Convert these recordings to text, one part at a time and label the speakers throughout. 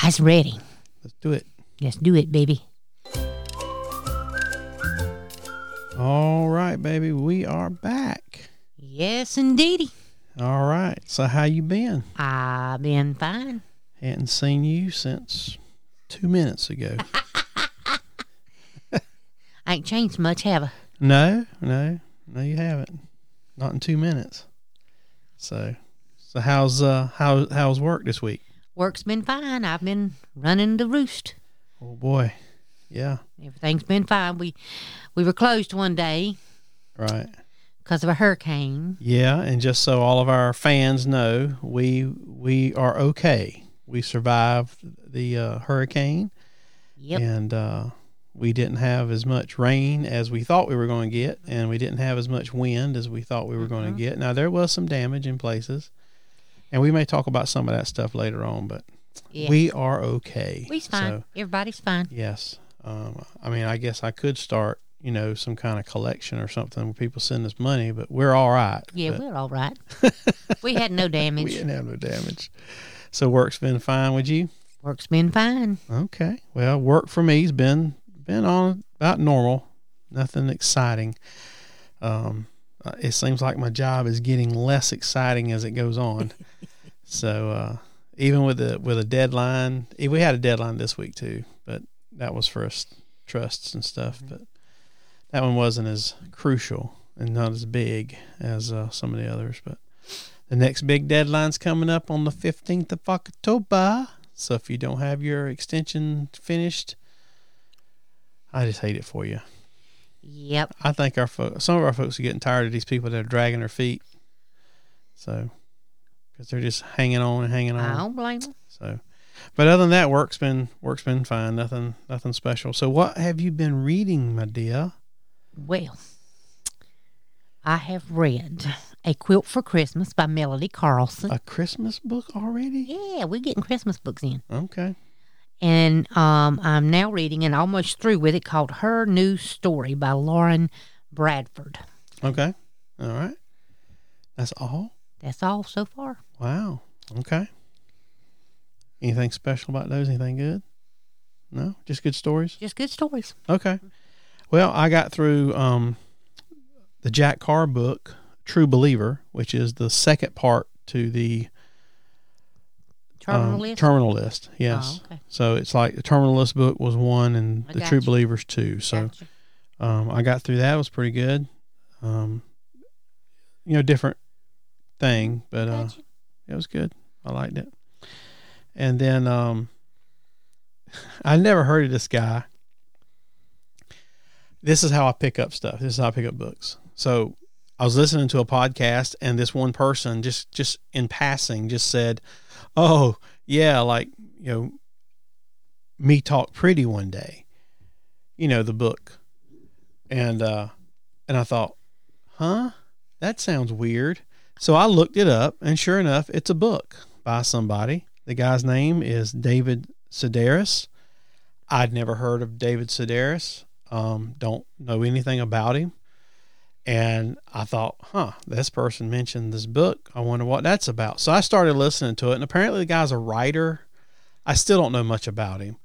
Speaker 1: I's ready.
Speaker 2: Let's do it.
Speaker 1: Let's do it, baby.
Speaker 2: All right, baby. We are back.
Speaker 1: Yes, indeedy.
Speaker 2: All right. So how you been?
Speaker 1: i been fine.
Speaker 2: Hadn't seen you since two minutes ago.
Speaker 1: I ain't changed much, have I?
Speaker 2: no, no, no, you haven't. Not in two minutes. So, so how's uh how how's work this week?
Speaker 1: Work's been fine. I've been running the roost.
Speaker 2: Oh boy, yeah,
Speaker 1: Everything's been fine. We we were closed one day
Speaker 2: right,
Speaker 1: because of a hurricane.
Speaker 2: yeah. And just so all of our fans know, we we are okay. We survived the uh, hurricane.
Speaker 1: Yep.
Speaker 2: and uh, we didn't have as much rain as we thought we were going to get,
Speaker 1: Mm-hmm.
Speaker 2: and we didn't have as much wind as we thought we were going to get. Now there was some damage in places, and we may talk about some of that stuff later on, but
Speaker 1: Yeah.
Speaker 2: we are okay.
Speaker 1: We's fine.
Speaker 2: So,
Speaker 1: Everybody's fine.
Speaker 2: yes, um, I mean, I guess I could start, you know, some kind of collection or something where people send us money, but we're all right.
Speaker 1: Yeah,
Speaker 2: But
Speaker 1: we're all right. we had no
Speaker 2: we
Speaker 1: damage.
Speaker 2: didn't have no damage. So work's been fine with you.
Speaker 1: Work's been fine.
Speaker 2: Okay. Well, work for me's been been on about normal. Nothing exciting. Um, uh, it seems like my job is getting less exciting as it goes on. so uh, even with the with a deadline, eh, we had a deadline this week too, but that was for us trusts and stuff. But that one wasn't as crucial and not as big as uh, some of the others. But the next big deadline's coming up on the fifteenth of October. So if you don't have your extension finished, I just hate it for you.
Speaker 1: Yep.
Speaker 2: I think our fo- some of our folks are getting tired of these people that are dragging their feet. So, because they're just hanging on and hanging
Speaker 1: I
Speaker 2: on.
Speaker 1: don't blame 'em.
Speaker 2: So, but other than that, work's been work's been fine. Nothing nothing special. So, what have you been reading, my dear?
Speaker 1: Well, I have read A Quilt for Christmas by Melody Carlson.
Speaker 2: A Christmas book already?
Speaker 1: yeah, we're getting Christmas books in.
Speaker 2: Okay.
Speaker 1: And um, I'm now reading and almost through with it called Her New Story by Lauren Bradford.
Speaker 2: Okay. All right. That's all.
Speaker 1: That's all so far.
Speaker 2: Wow. Okay. Anything special about those? Anything good? No, just good stories.
Speaker 1: Just good stories.
Speaker 2: Okay. Well, I got through um, the Jack Carr book, True Believer, which is the second part to the
Speaker 1: Terminal
Speaker 2: um,
Speaker 1: list. Oh.
Speaker 2: Terminal List. Yes.
Speaker 1: okay.
Speaker 2: So it's like the Terminal List book was one, and
Speaker 1: I
Speaker 2: the
Speaker 1: got
Speaker 2: True
Speaker 1: you.
Speaker 2: Believers two. So
Speaker 1: Gotcha.
Speaker 2: um, I got through that. It was pretty good. Um, you know, different thing, but uh,
Speaker 1: Gotcha.
Speaker 2: it was good. I liked it. And then um I never heard of this guy. This is how I pick up stuff. This is how I pick up books. So I was listening to a podcast and this one person just just in passing just said, "Oh, yeah, like, you know, me talk pretty one day." You know, the book. And uh and I thought, "Huh? That sounds weird." So I looked it up, and sure enough, it's a book by somebody. The guy's name is David Sedaris. I'd never heard of David Sedaris. Um, don't know anything about him. And I thought, huh, this person mentioned this book. I wonder what that's about. So I started listening to it, and apparently the guy's a writer. I still don't know much about him.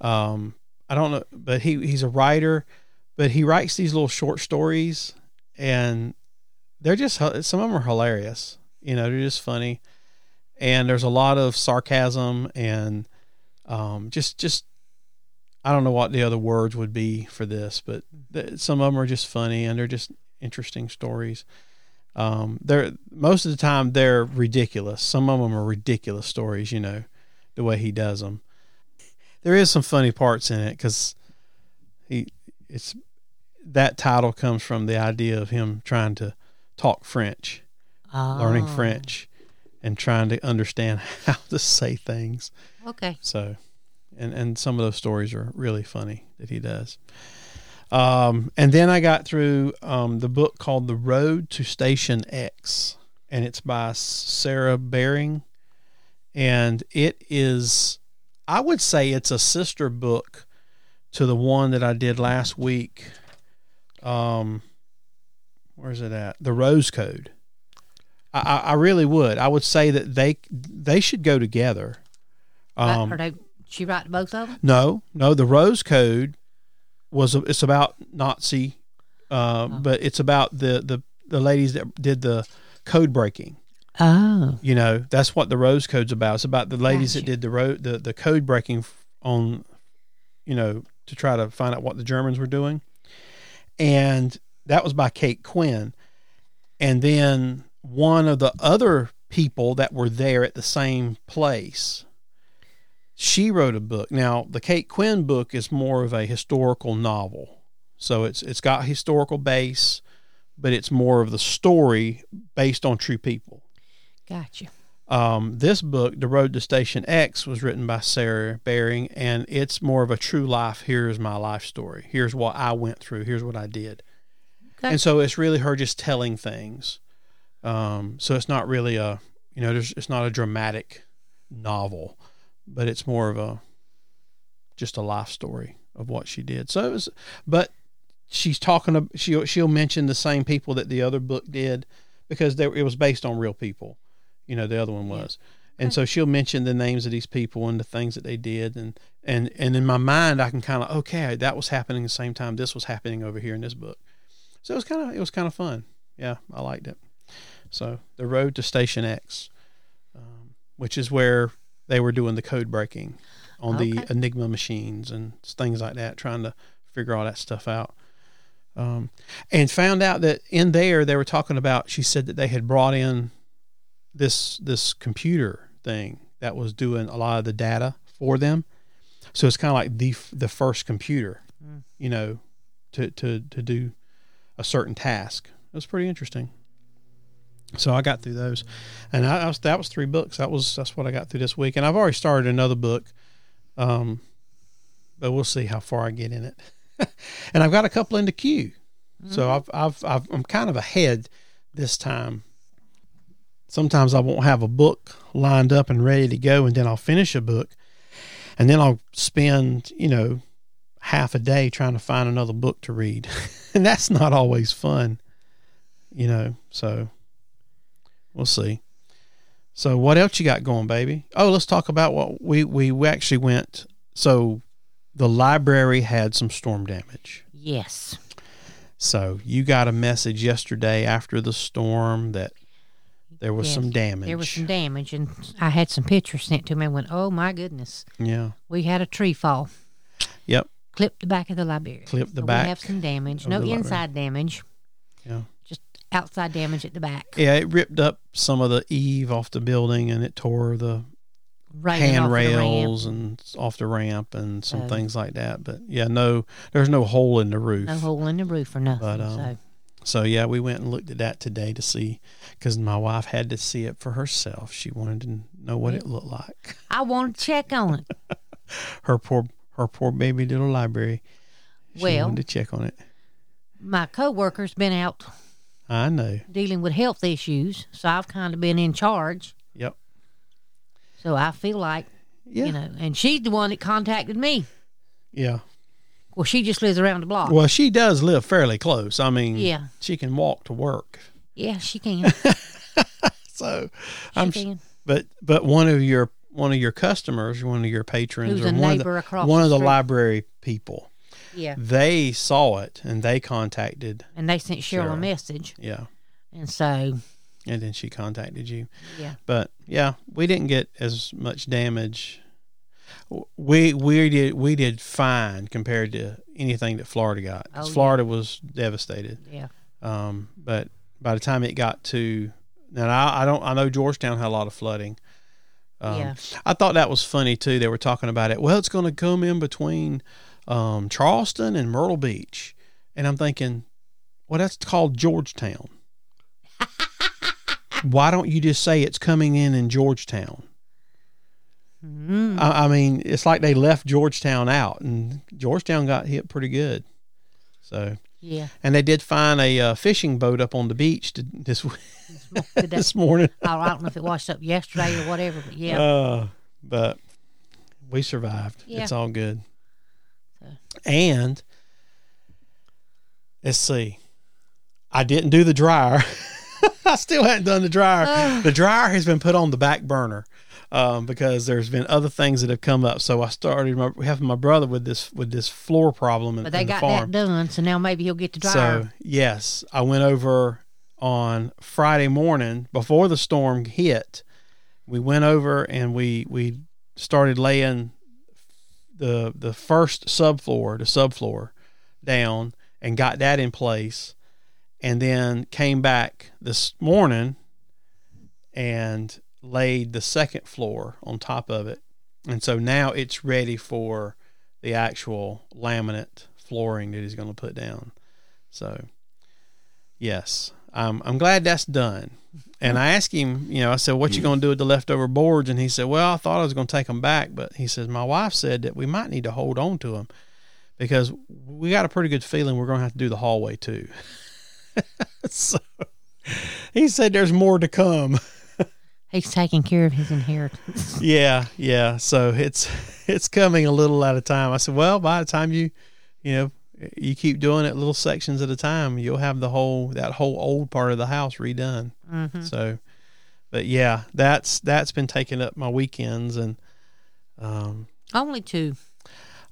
Speaker 2: Um, I don't know, but he he's a writer, but he writes these little short stories, and they're just hi- some of them are hilarious. You know, they're just funny, and there's a lot of sarcasm and um, just just I don't know what the other words would be for this, but th- some of them are just funny and they're just interesting stories. Um, they're most of the time they're ridiculous. Some of them are ridiculous stories. You know, the way he does them. There is some funny parts in it because he it's that title comes from the idea of him trying to talk French, learning
Speaker 1: Oh,
Speaker 2: French, and trying to understand how to say things.
Speaker 1: Okay.
Speaker 2: So, and and some of those stories are really funny that he does. Um, and then I got through um, the book called The Road to Station X, and it's by Sarah Baring, and it is, I would say, it's a sister book to the one that I did last week. Um, where's it at? The Rose Code. I, I, I really would. I would say that they they should go together.
Speaker 1: But
Speaker 2: Um,
Speaker 1: are they She wrote both of them.
Speaker 2: No, no. The Rose Code was it's about Nazi, uh, but it's about the, the the ladies that did the code breaking.
Speaker 1: Oh,
Speaker 2: You know, that's what the Rose Code's about. It's about the ladies that
Speaker 1: Gotcha.
Speaker 2: did the road the the code breaking f- on, you know, to try to find out what the Germans were doing, and that was by Kate Quinn, and then one of the other people that were there at the same place. She wrote a book. Now, the Kate Quinn book is more of a historical novel. So it's it's got historical base, but it's more of the story based on true people.
Speaker 1: gotcha.
Speaker 2: Um, this book, The Road to Station X, was written by Sarah Baring, and it's more of a true life. Here's my life story. Here's what I went through. Here's what I did.
Speaker 1: Okay.
Speaker 2: And so it's really her just telling things. Um, so it's not really a, you know, there's, it's not a dramatic novel, but it's more of a, just a life story of what she did. So it was, but she's talking, ab- she'll, she'll mention the same people that the other book did because they, it was based on real people you know the other one
Speaker 1: Yeah.
Speaker 2: was and so she'll mention the names of these people and the things that they did and and and in my mind i can kind of okay that was happening the same time this was happening over here in this book so it was kind of it was kind of fun yeah i liked it so the road to station x um, which is where they were doing the code breaking on the
Speaker 1: Okay.
Speaker 2: enigma machines and things like that trying to figure all that stuff out um, and found out that in there they were talking about she said that they had brought in this this computer thing that was doing a lot of the data for them so it's kind of like the f- the first computer
Speaker 1: Mm.
Speaker 2: you know to to to do a certain task it was pretty interesting so i got through those and I, I was, that was three books that was that's what i got through this week and i've already started another book um but we'll see how far i get in it and I've got a couple in the queue. So I've, I've, I've, I'm kind of ahead this time. Sometimes I won't have a book lined up and ready to go, and then I'll finish a book, and then I'll spend, you know, half a day trying to find another book to read. and that's not always fun, you know. So we'll see. So what else you got going, baby? Oh, let's talk about what we we, we actually went. So the library had some storm damage.
Speaker 1: Yes.
Speaker 2: So you got a message yesterday after the storm that there was
Speaker 1: Yes,
Speaker 2: some damage.
Speaker 1: There was some damage, and I had some pictures sent to me and went, oh my goodness,
Speaker 2: yeah.
Speaker 1: we had a tree fall.
Speaker 2: Yep.
Speaker 1: Clipped the back of the library.
Speaker 2: Clipped the
Speaker 1: So
Speaker 2: back
Speaker 1: We have some damage.
Speaker 2: of
Speaker 1: No
Speaker 2: the library.
Speaker 1: inside damage,
Speaker 2: Yeah.
Speaker 1: just outside damage at the back.
Speaker 2: Yeah, it ripped up some of the eave off the building and it tore the
Speaker 1: Railing off of the ramp.
Speaker 2: handrails and off the ramp and
Speaker 1: So-
Speaker 2: some things like that. But yeah, no there's no hole in the roof.
Speaker 1: No hole in the roof or nothing.
Speaker 2: But, um,
Speaker 1: so
Speaker 2: So yeah, we went and looked at that today to see cuz my wife had to see it for herself. She wanted to know what it looked like.
Speaker 1: I want to check on it.
Speaker 2: Her poor her poor baby little library. She
Speaker 1: Well-
Speaker 2: wanted to check on it.
Speaker 1: My coworker's been out
Speaker 2: I know.
Speaker 1: dealing with health issues, so I've kind of been in charge.
Speaker 2: Yep.
Speaker 1: So I feel like,
Speaker 2: Yeah.
Speaker 1: you know, and she's the one that contacted me.
Speaker 2: Yeah.
Speaker 1: Well, she just lives around the block.
Speaker 2: Well, she does live fairly close. I mean,
Speaker 1: Yeah.
Speaker 2: she can walk to work.
Speaker 1: Yeah, she can. She
Speaker 2: So, I'm s-
Speaker 1: can.
Speaker 2: but but one of your one of your customers, one of your patrons,
Speaker 1: Who's
Speaker 2: or
Speaker 1: a
Speaker 2: one
Speaker 1: neighbor
Speaker 2: of the,
Speaker 1: across
Speaker 2: one
Speaker 1: the
Speaker 2: of the
Speaker 1: street.
Speaker 2: library people,
Speaker 1: Yeah.
Speaker 2: they saw it and they contacted.
Speaker 1: And they sent Cheryl
Speaker 2: Cheryl.
Speaker 1: a message.
Speaker 2: Yeah,
Speaker 1: And so,
Speaker 2: and then she contacted you.
Speaker 1: yeah.
Speaker 2: But yeah, we didn't get as much damage. W- We we did we did fine compared to anything that Florida got. 'Cause
Speaker 1: Oh, yeah.
Speaker 2: Florida was devastated.
Speaker 1: Yeah.
Speaker 2: Um, but by the time it got to now, I, I don't. I know Georgetown had a lot of flooding. Um,
Speaker 1: Yeah.
Speaker 2: I thought that was funny too. They were talking about it. Well, it's going to come in between um, Charleston and Myrtle Beach, and I'm thinking, well, that's called Georgetown. Why don't you just say it's coming in in Georgetown?
Speaker 1: Mm.
Speaker 2: I, I mean, it's like they left Georgetown out, and Georgetown got hit pretty good. So,
Speaker 1: Yeah.
Speaker 2: and they did find a uh, fishing boat up on the beach to, this
Speaker 1: Good day.
Speaker 2: this morning.
Speaker 1: I don't know if it washed up yesterday or whatever, but yeah.
Speaker 2: Uh, but we survived.
Speaker 1: Yeah.
Speaker 2: It's all good.
Speaker 1: So.
Speaker 2: And let's see. I didn't do the dryer. I still hadn't done the dryer. the dryer has been put on the back burner um, because there's been other things that have come up. So I started my, helping my brother with this with this floor problem in,
Speaker 1: But they
Speaker 2: in the
Speaker 1: got that
Speaker 2: farm.
Speaker 1: done, so now maybe he'll get the dryer.
Speaker 2: so yes, I went over on Friday morning before the storm hit. We went over and we we started laying the the first subfloor, the subfloor down and got that in place and then came back this morning and laid the second floor on top of it. And so now it's ready for the actual laminate flooring that he's going to put down. So, yes, I'm, I'm glad that's done. And I asked him, you know, I said, what you going to do with the leftover boards? And he said, well, I thought I was going to take them back. But he says, my wife said that we might need to hold on to them because we got a pretty good feeling we're going to have to do the hallway too. so he said, there's more to come.
Speaker 1: He's taking care of his inheritance.
Speaker 2: yeah yeah so it's it's coming a little at a time i said well by the time you you know you keep doing it little sections at a time you'll have the whole that whole old part of the house redone
Speaker 1: Mhm.
Speaker 2: so but yeah that's that's been taking up my weekends and um
Speaker 1: Only two.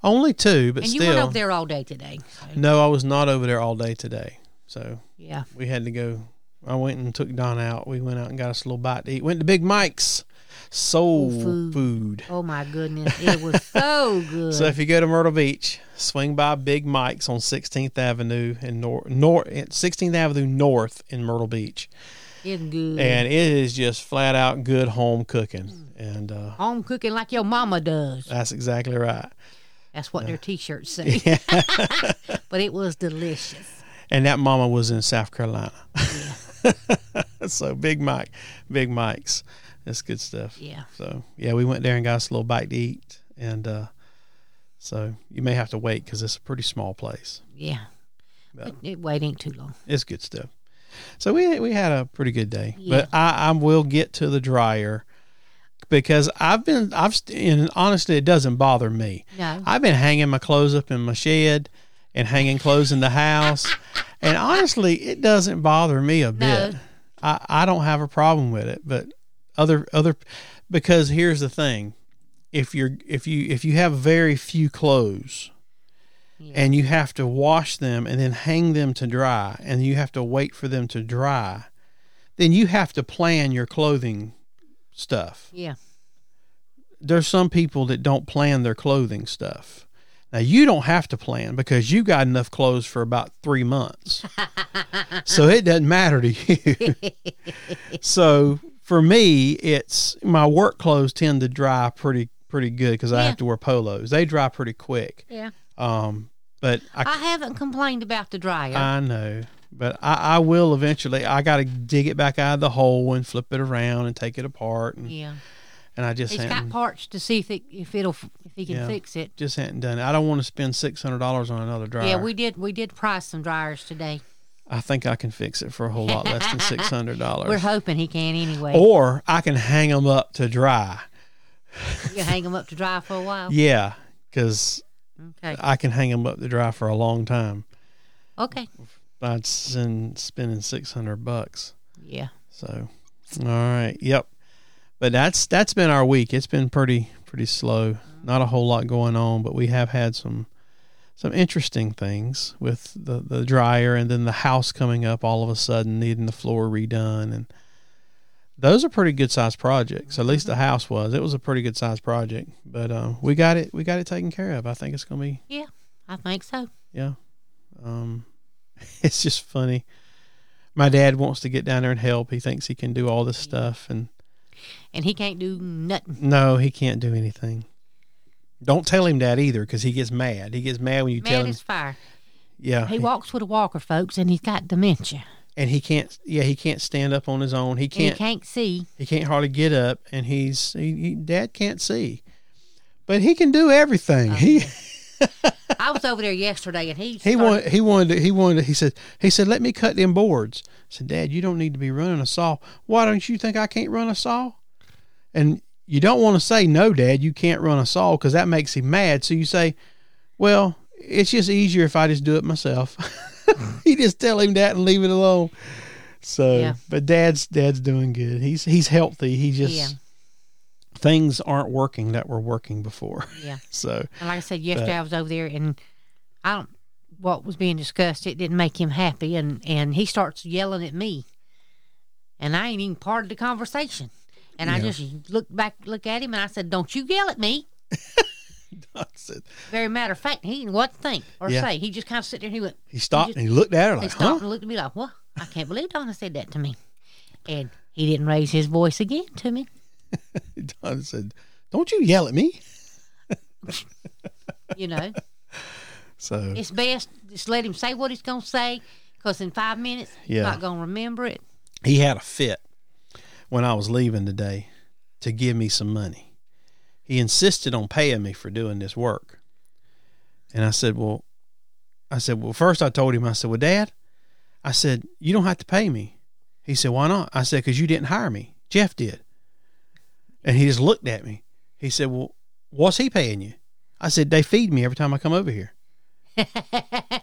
Speaker 2: only two but
Speaker 1: and you went
Speaker 2: still
Speaker 1: over there all day today. So,
Speaker 2: no i was not over there all day today so
Speaker 1: yeah.
Speaker 2: we had to go i went and took don out we went out and got us a little bite to eat went to big mike's soul
Speaker 1: food.
Speaker 2: food.
Speaker 1: Oh my goodness, it was so good.
Speaker 2: So if you go to Myrtle Beach, swing by Big Mike's on 16th Avenue and Nor- Nor- 16th Avenue North in Myrtle Beach,
Speaker 1: it's good.
Speaker 2: and it is just flat out good home cooking, and uh,
Speaker 1: Home cooking like your mama does.
Speaker 2: that's exactly right.
Speaker 1: That's what their T-shirts say. but it was delicious.
Speaker 2: And that mama was in South Carolina, so Big Mike, Big Mike's, that's good stuff.
Speaker 1: Yeah.
Speaker 2: So yeah, we went there and got us a little bite to eat, and uh, so you may have to wait because it's a pretty small place.
Speaker 1: Yeah. But it waiting too long.
Speaker 2: it's good stuff. So we we had a pretty good day,
Speaker 1: Yeah.
Speaker 2: but I I will get to the dryer because I've been I've st- and honestly it doesn't bother me.
Speaker 1: No.
Speaker 2: I've been hanging my clothes up in my shed and hanging clothes in the house, and honestly it doesn't bother me
Speaker 1: No.
Speaker 2: a bit. I I don't have a problem with it, but other other because here's the thing. If you're if you if you have very few clothes,
Speaker 1: Yeah.
Speaker 2: and you have to wash them and then hang them to dry and you have to wait for them to dry then you have to plan your clothing stuff
Speaker 1: yeah.
Speaker 2: there's some people that don't plan their clothing stuff now you don't have to plan because you got enough clothes for about three months so it doesn't matter to you so for me it's my work clothes tend to dry pretty pretty good because i
Speaker 1: Yeah.
Speaker 2: have to wear polos they dry pretty quick
Speaker 1: Yeah.
Speaker 2: um but i
Speaker 1: I haven't complained about the dryer.
Speaker 2: I know, but I, I will eventually. I got to dig it back out of the hole and flip it around and take it apart, and,
Speaker 1: yeah.
Speaker 2: and I just
Speaker 1: He's got
Speaker 2: hadn't,
Speaker 1: parts to see if it, if it'll if he can
Speaker 2: Yeah.
Speaker 1: fix it.
Speaker 2: just hadn't done it. I don't want to spend six hundred dollars on another dryer.
Speaker 1: Yeah, we did we did price some dryers today.
Speaker 2: I think I can fix it for a whole lot less than six hundred
Speaker 1: We're
Speaker 2: dollars,
Speaker 1: hoping he can anyway.
Speaker 2: or I can hang them up to dry.
Speaker 1: You hang them up to dry for a while.
Speaker 2: Yeah, because
Speaker 1: Okay.
Speaker 2: I can hang them up to dry for a long time
Speaker 1: Okay.
Speaker 2: by sin- spending six hundred bucks.
Speaker 1: Yeah.
Speaker 2: So, all right, yep. But that's that's been our week. It's been pretty pretty slow. Not a whole lot going on, but we have had some some interesting things with the the dryer and then the house coming up all of a sudden needing the floor redone and those are pretty good sized projects. At least the house was. It was a pretty good sized project, but uh, we got it. We got it taken care of. I think it's gonna be
Speaker 1: I think so.
Speaker 2: yeah. Um, it's just funny. My dad wants to get down there and help. He thinks he can do all this stuff, and
Speaker 1: And he can't do nothing.
Speaker 2: no, he can't do anything. Don't tell him that either, because he gets mad. He gets mad when you tell
Speaker 1: Mad
Speaker 2: him.
Speaker 1: as fire.
Speaker 2: yeah,
Speaker 1: He walks with a walker, folks, and he's got dementia.
Speaker 2: and he can't. Yeah, he can't stand up on his own. He
Speaker 1: And he
Speaker 2: can't.
Speaker 1: can't see.
Speaker 2: He can't hardly get up, and he's he, he, dad can't see, but he can do everything. he
Speaker 1: I was over there yesterday, and he
Speaker 2: He
Speaker 1: started-
Speaker 2: wanted. He wanted. To, he wanted. To, he said. He said, "Let me cut them boards." I said, "Dad, you don't need to be running a saw. Why don't you think I can't run a saw?" And you don't want to say no, Dad. You can't run a saw because that makes him mad. So you say, "Well, it's just easier if I just do it myself." you just tell him that and leave it alone. So,
Speaker 1: Yeah.
Speaker 2: but dad's dad's doing good. He's he's healthy. He just
Speaker 1: Yeah.
Speaker 2: things aren't working that were working before.
Speaker 1: Yeah.
Speaker 2: So
Speaker 1: And like I said yesterday, I was over there and I don't what was being discussed. It didn't make him happy, and and he starts yelling at me, and I ain't even part of the conversation. And I
Speaker 2: Yeah.
Speaker 1: just looked back, look at him, and I said, "Don't you yell at me."
Speaker 2: I said-
Speaker 1: Very matter of fact, he didn't what think or
Speaker 2: Yeah.
Speaker 1: say. He just kind of sit there and he went,
Speaker 2: he stopped and he looked at her
Speaker 1: he
Speaker 2: like,
Speaker 1: stopped
Speaker 2: huh?
Speaker 1: and looked at me like, "What? I can't believe Donna said that to me." And he didn't raise his voice again to me.
Speaker 2: Don said, "Don't you yell at me."
Speaker 1: You know,
Speaker 2: So
Speaker 1: it's best just let him say what he's gonna say, because in five minutes he's
Speaker 2: Yeah.
Speaker 1: not gonna remember it.
Speaker 2: he had a fit when I was leaving today to give me some money. He insisted on paying me for doing this work. And I said, Well, I said, Well, first I told him, I said, Well, Dad, I said, You don't have to pay me. He said, Why not? I said, Because you didn't hire me. Jeff did. And he just looked at me. He said, Well, what's he paying you? I said, They feed me every time I come over here.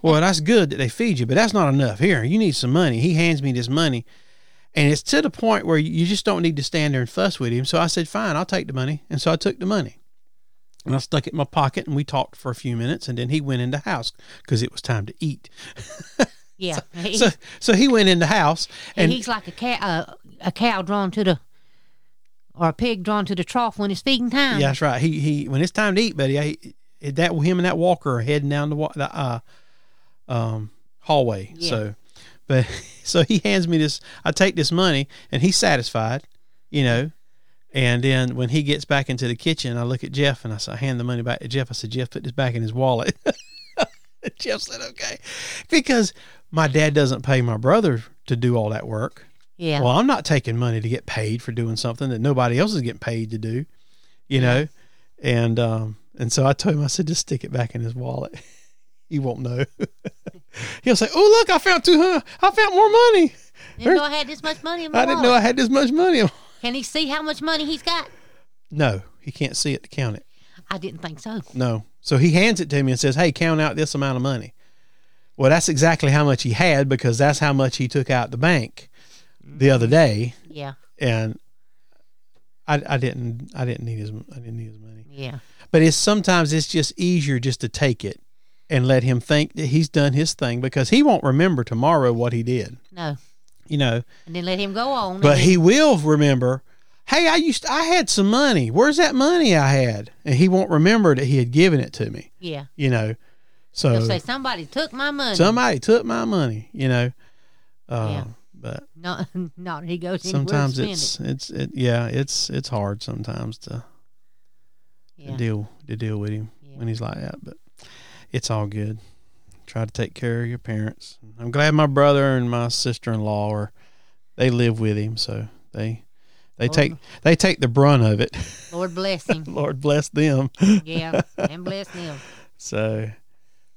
Speaker 2: well, that's good that they feed you, but that's not enough. Here, you need some money. He hands me this money. And it's to the point where you just don't need to stand there and fuss with him. So I said, fine, I'll take the money. And so I took the money and I stuck it in my pocket and we talked for a few minutes. And then he went in the house because it was time to eat.
Speaker 1: Yeah. He-
Speaker 2: So, so he went in the house
Speaker 1: And
Speaker 2: and
Speaker 1: he's like a cow, uh, a cow drawn to the, or a pig drawn to the trough when it's feeding time.
Speaker 2: yeah, that's right. He, he, when it's time to eat, buddy, I, that him and that walker are heading down the, wa- the uh, um, hallway.
Speaker 1: Yeah.
Speaker 2: So, but so he hands me this, I take this money and he's satisfied, you know, And then when he gets back into the kitchen, I look at Jeff and I, say, I hand the money back to Jeff. I said, Jeff, put this back in his wallet. Jeff said, okay. Because my dad doesn't pay my brother to do all that work.
Speaker 1: Yeah.
Speaker 2: Well, I'm not taking money to get paid for doing something that nobody else is getting paid to do, you know? And, um, and so I told him, I said, just stick it back in his wallet. he won't know. He'll say, oh, look, I found 200. I found more money.
Speaker 1: didn't know I had this much money in my
Speaker 2: I didn't know I had this much money.
Speaker 1: Can he see how much money he's got?
Speaker 2: No, he can't see it to count it.
Speaker 1: I didn't think so.
Speaker 2: No. So he hands it to me and says, Hey, count out this amount of money. Well, that's exactly how much he had because that's how much he took out the bank the other day.
Speaker 1: Yeah.
Speaker 2: And I, I didn't I didn't need his I didn't need his money.
Speaker 1: Yeah.
Speaker 2: But it's sometimes it's just easier just to take it and let him think that he's done his thing because he won't remember tomorrow what he did.
Speaker 1: No.
Speaker 2: You know.
Speaker 1: And then let him go on.
Speaker 2: But he will remember, hey, I used I had some money. Where's that money I had? And he won't remember that he had given it to me
Speaker 1: yeah.
Speaker 2: you know. So
Speaker 1: He'll say somebody took my money.
Speaker 2: somebody took my money, you know. Uh,
Speaker 1: Yeah.
Speaker 2: But
Speaker 1: No, no. He goes anywhere
Speaker 2: sometimes
Speaker 1: and spend
Speaker 2: it's it's it yeah it's it's hard sometimes to,
Speaker 1: it.
Speaker 2: to
Speaker 1: Yeah.
Speaker 2: deal to deal with him
Speaker 1: Yeah.
Speaker 2: when he's like that. But it's all good. Try to take care of your parents. I'm glad my brother and my sister in law are they live with him, so they they
Speaker 1: Lord-
Speaker 2: take they take the brunt of it.
Speaker 1: Lord bless him.
Speaker 2: Lord bless them.
Speaker 1: yeah. And bless him.
Speaker 2: So,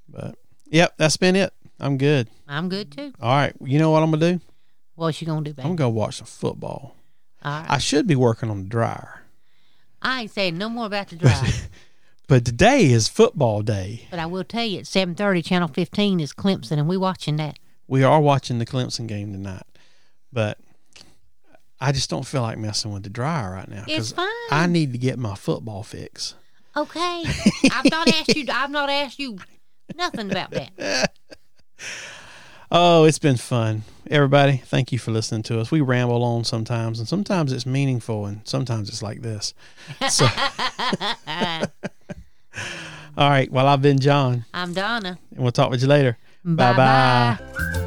Speaker 2: but yep, that's been it. I'm good.
Speaker 1: I'm good too.
Speaker 2: All right, you know what I'm gonna do?
Speaker 1: What's you gonna do, baby?
Speaker 2: I'm gonna go watch some football.
Speaker 1: All right.
Speaker 2: I should be working on the dryer,
Speaker 1: I ain't saying no more about the drive,
Speaker 2: but today is football day.
Speaker 1: but I will tell you at 7:30, Channel 15 is Clemson, and we watching that.
Speaker 2: We are watching the Clemson game tonight, but I just don't feel like messing with the dryer right now
Speaker 1: It's fine.
Speaker 2: I need to get my football fix.
Speaker 1: Okay. I've not asked you. I've not asked you nothing about that.
Speaker 2: Oh, it's been fun. Everybody, thank you for listening to us. We ramble on sometimes, and sometimes it's meaningful, and sometimes it's like this. So,
Speaker 1: Uh,
Speaker 2: all right. Well, I've been John,
Speaker 1: I'm Donna.
Speaker 2: and we'll talk with you later.
Speaker 1: Bye-bye.
Speaker 2: Bye-bye.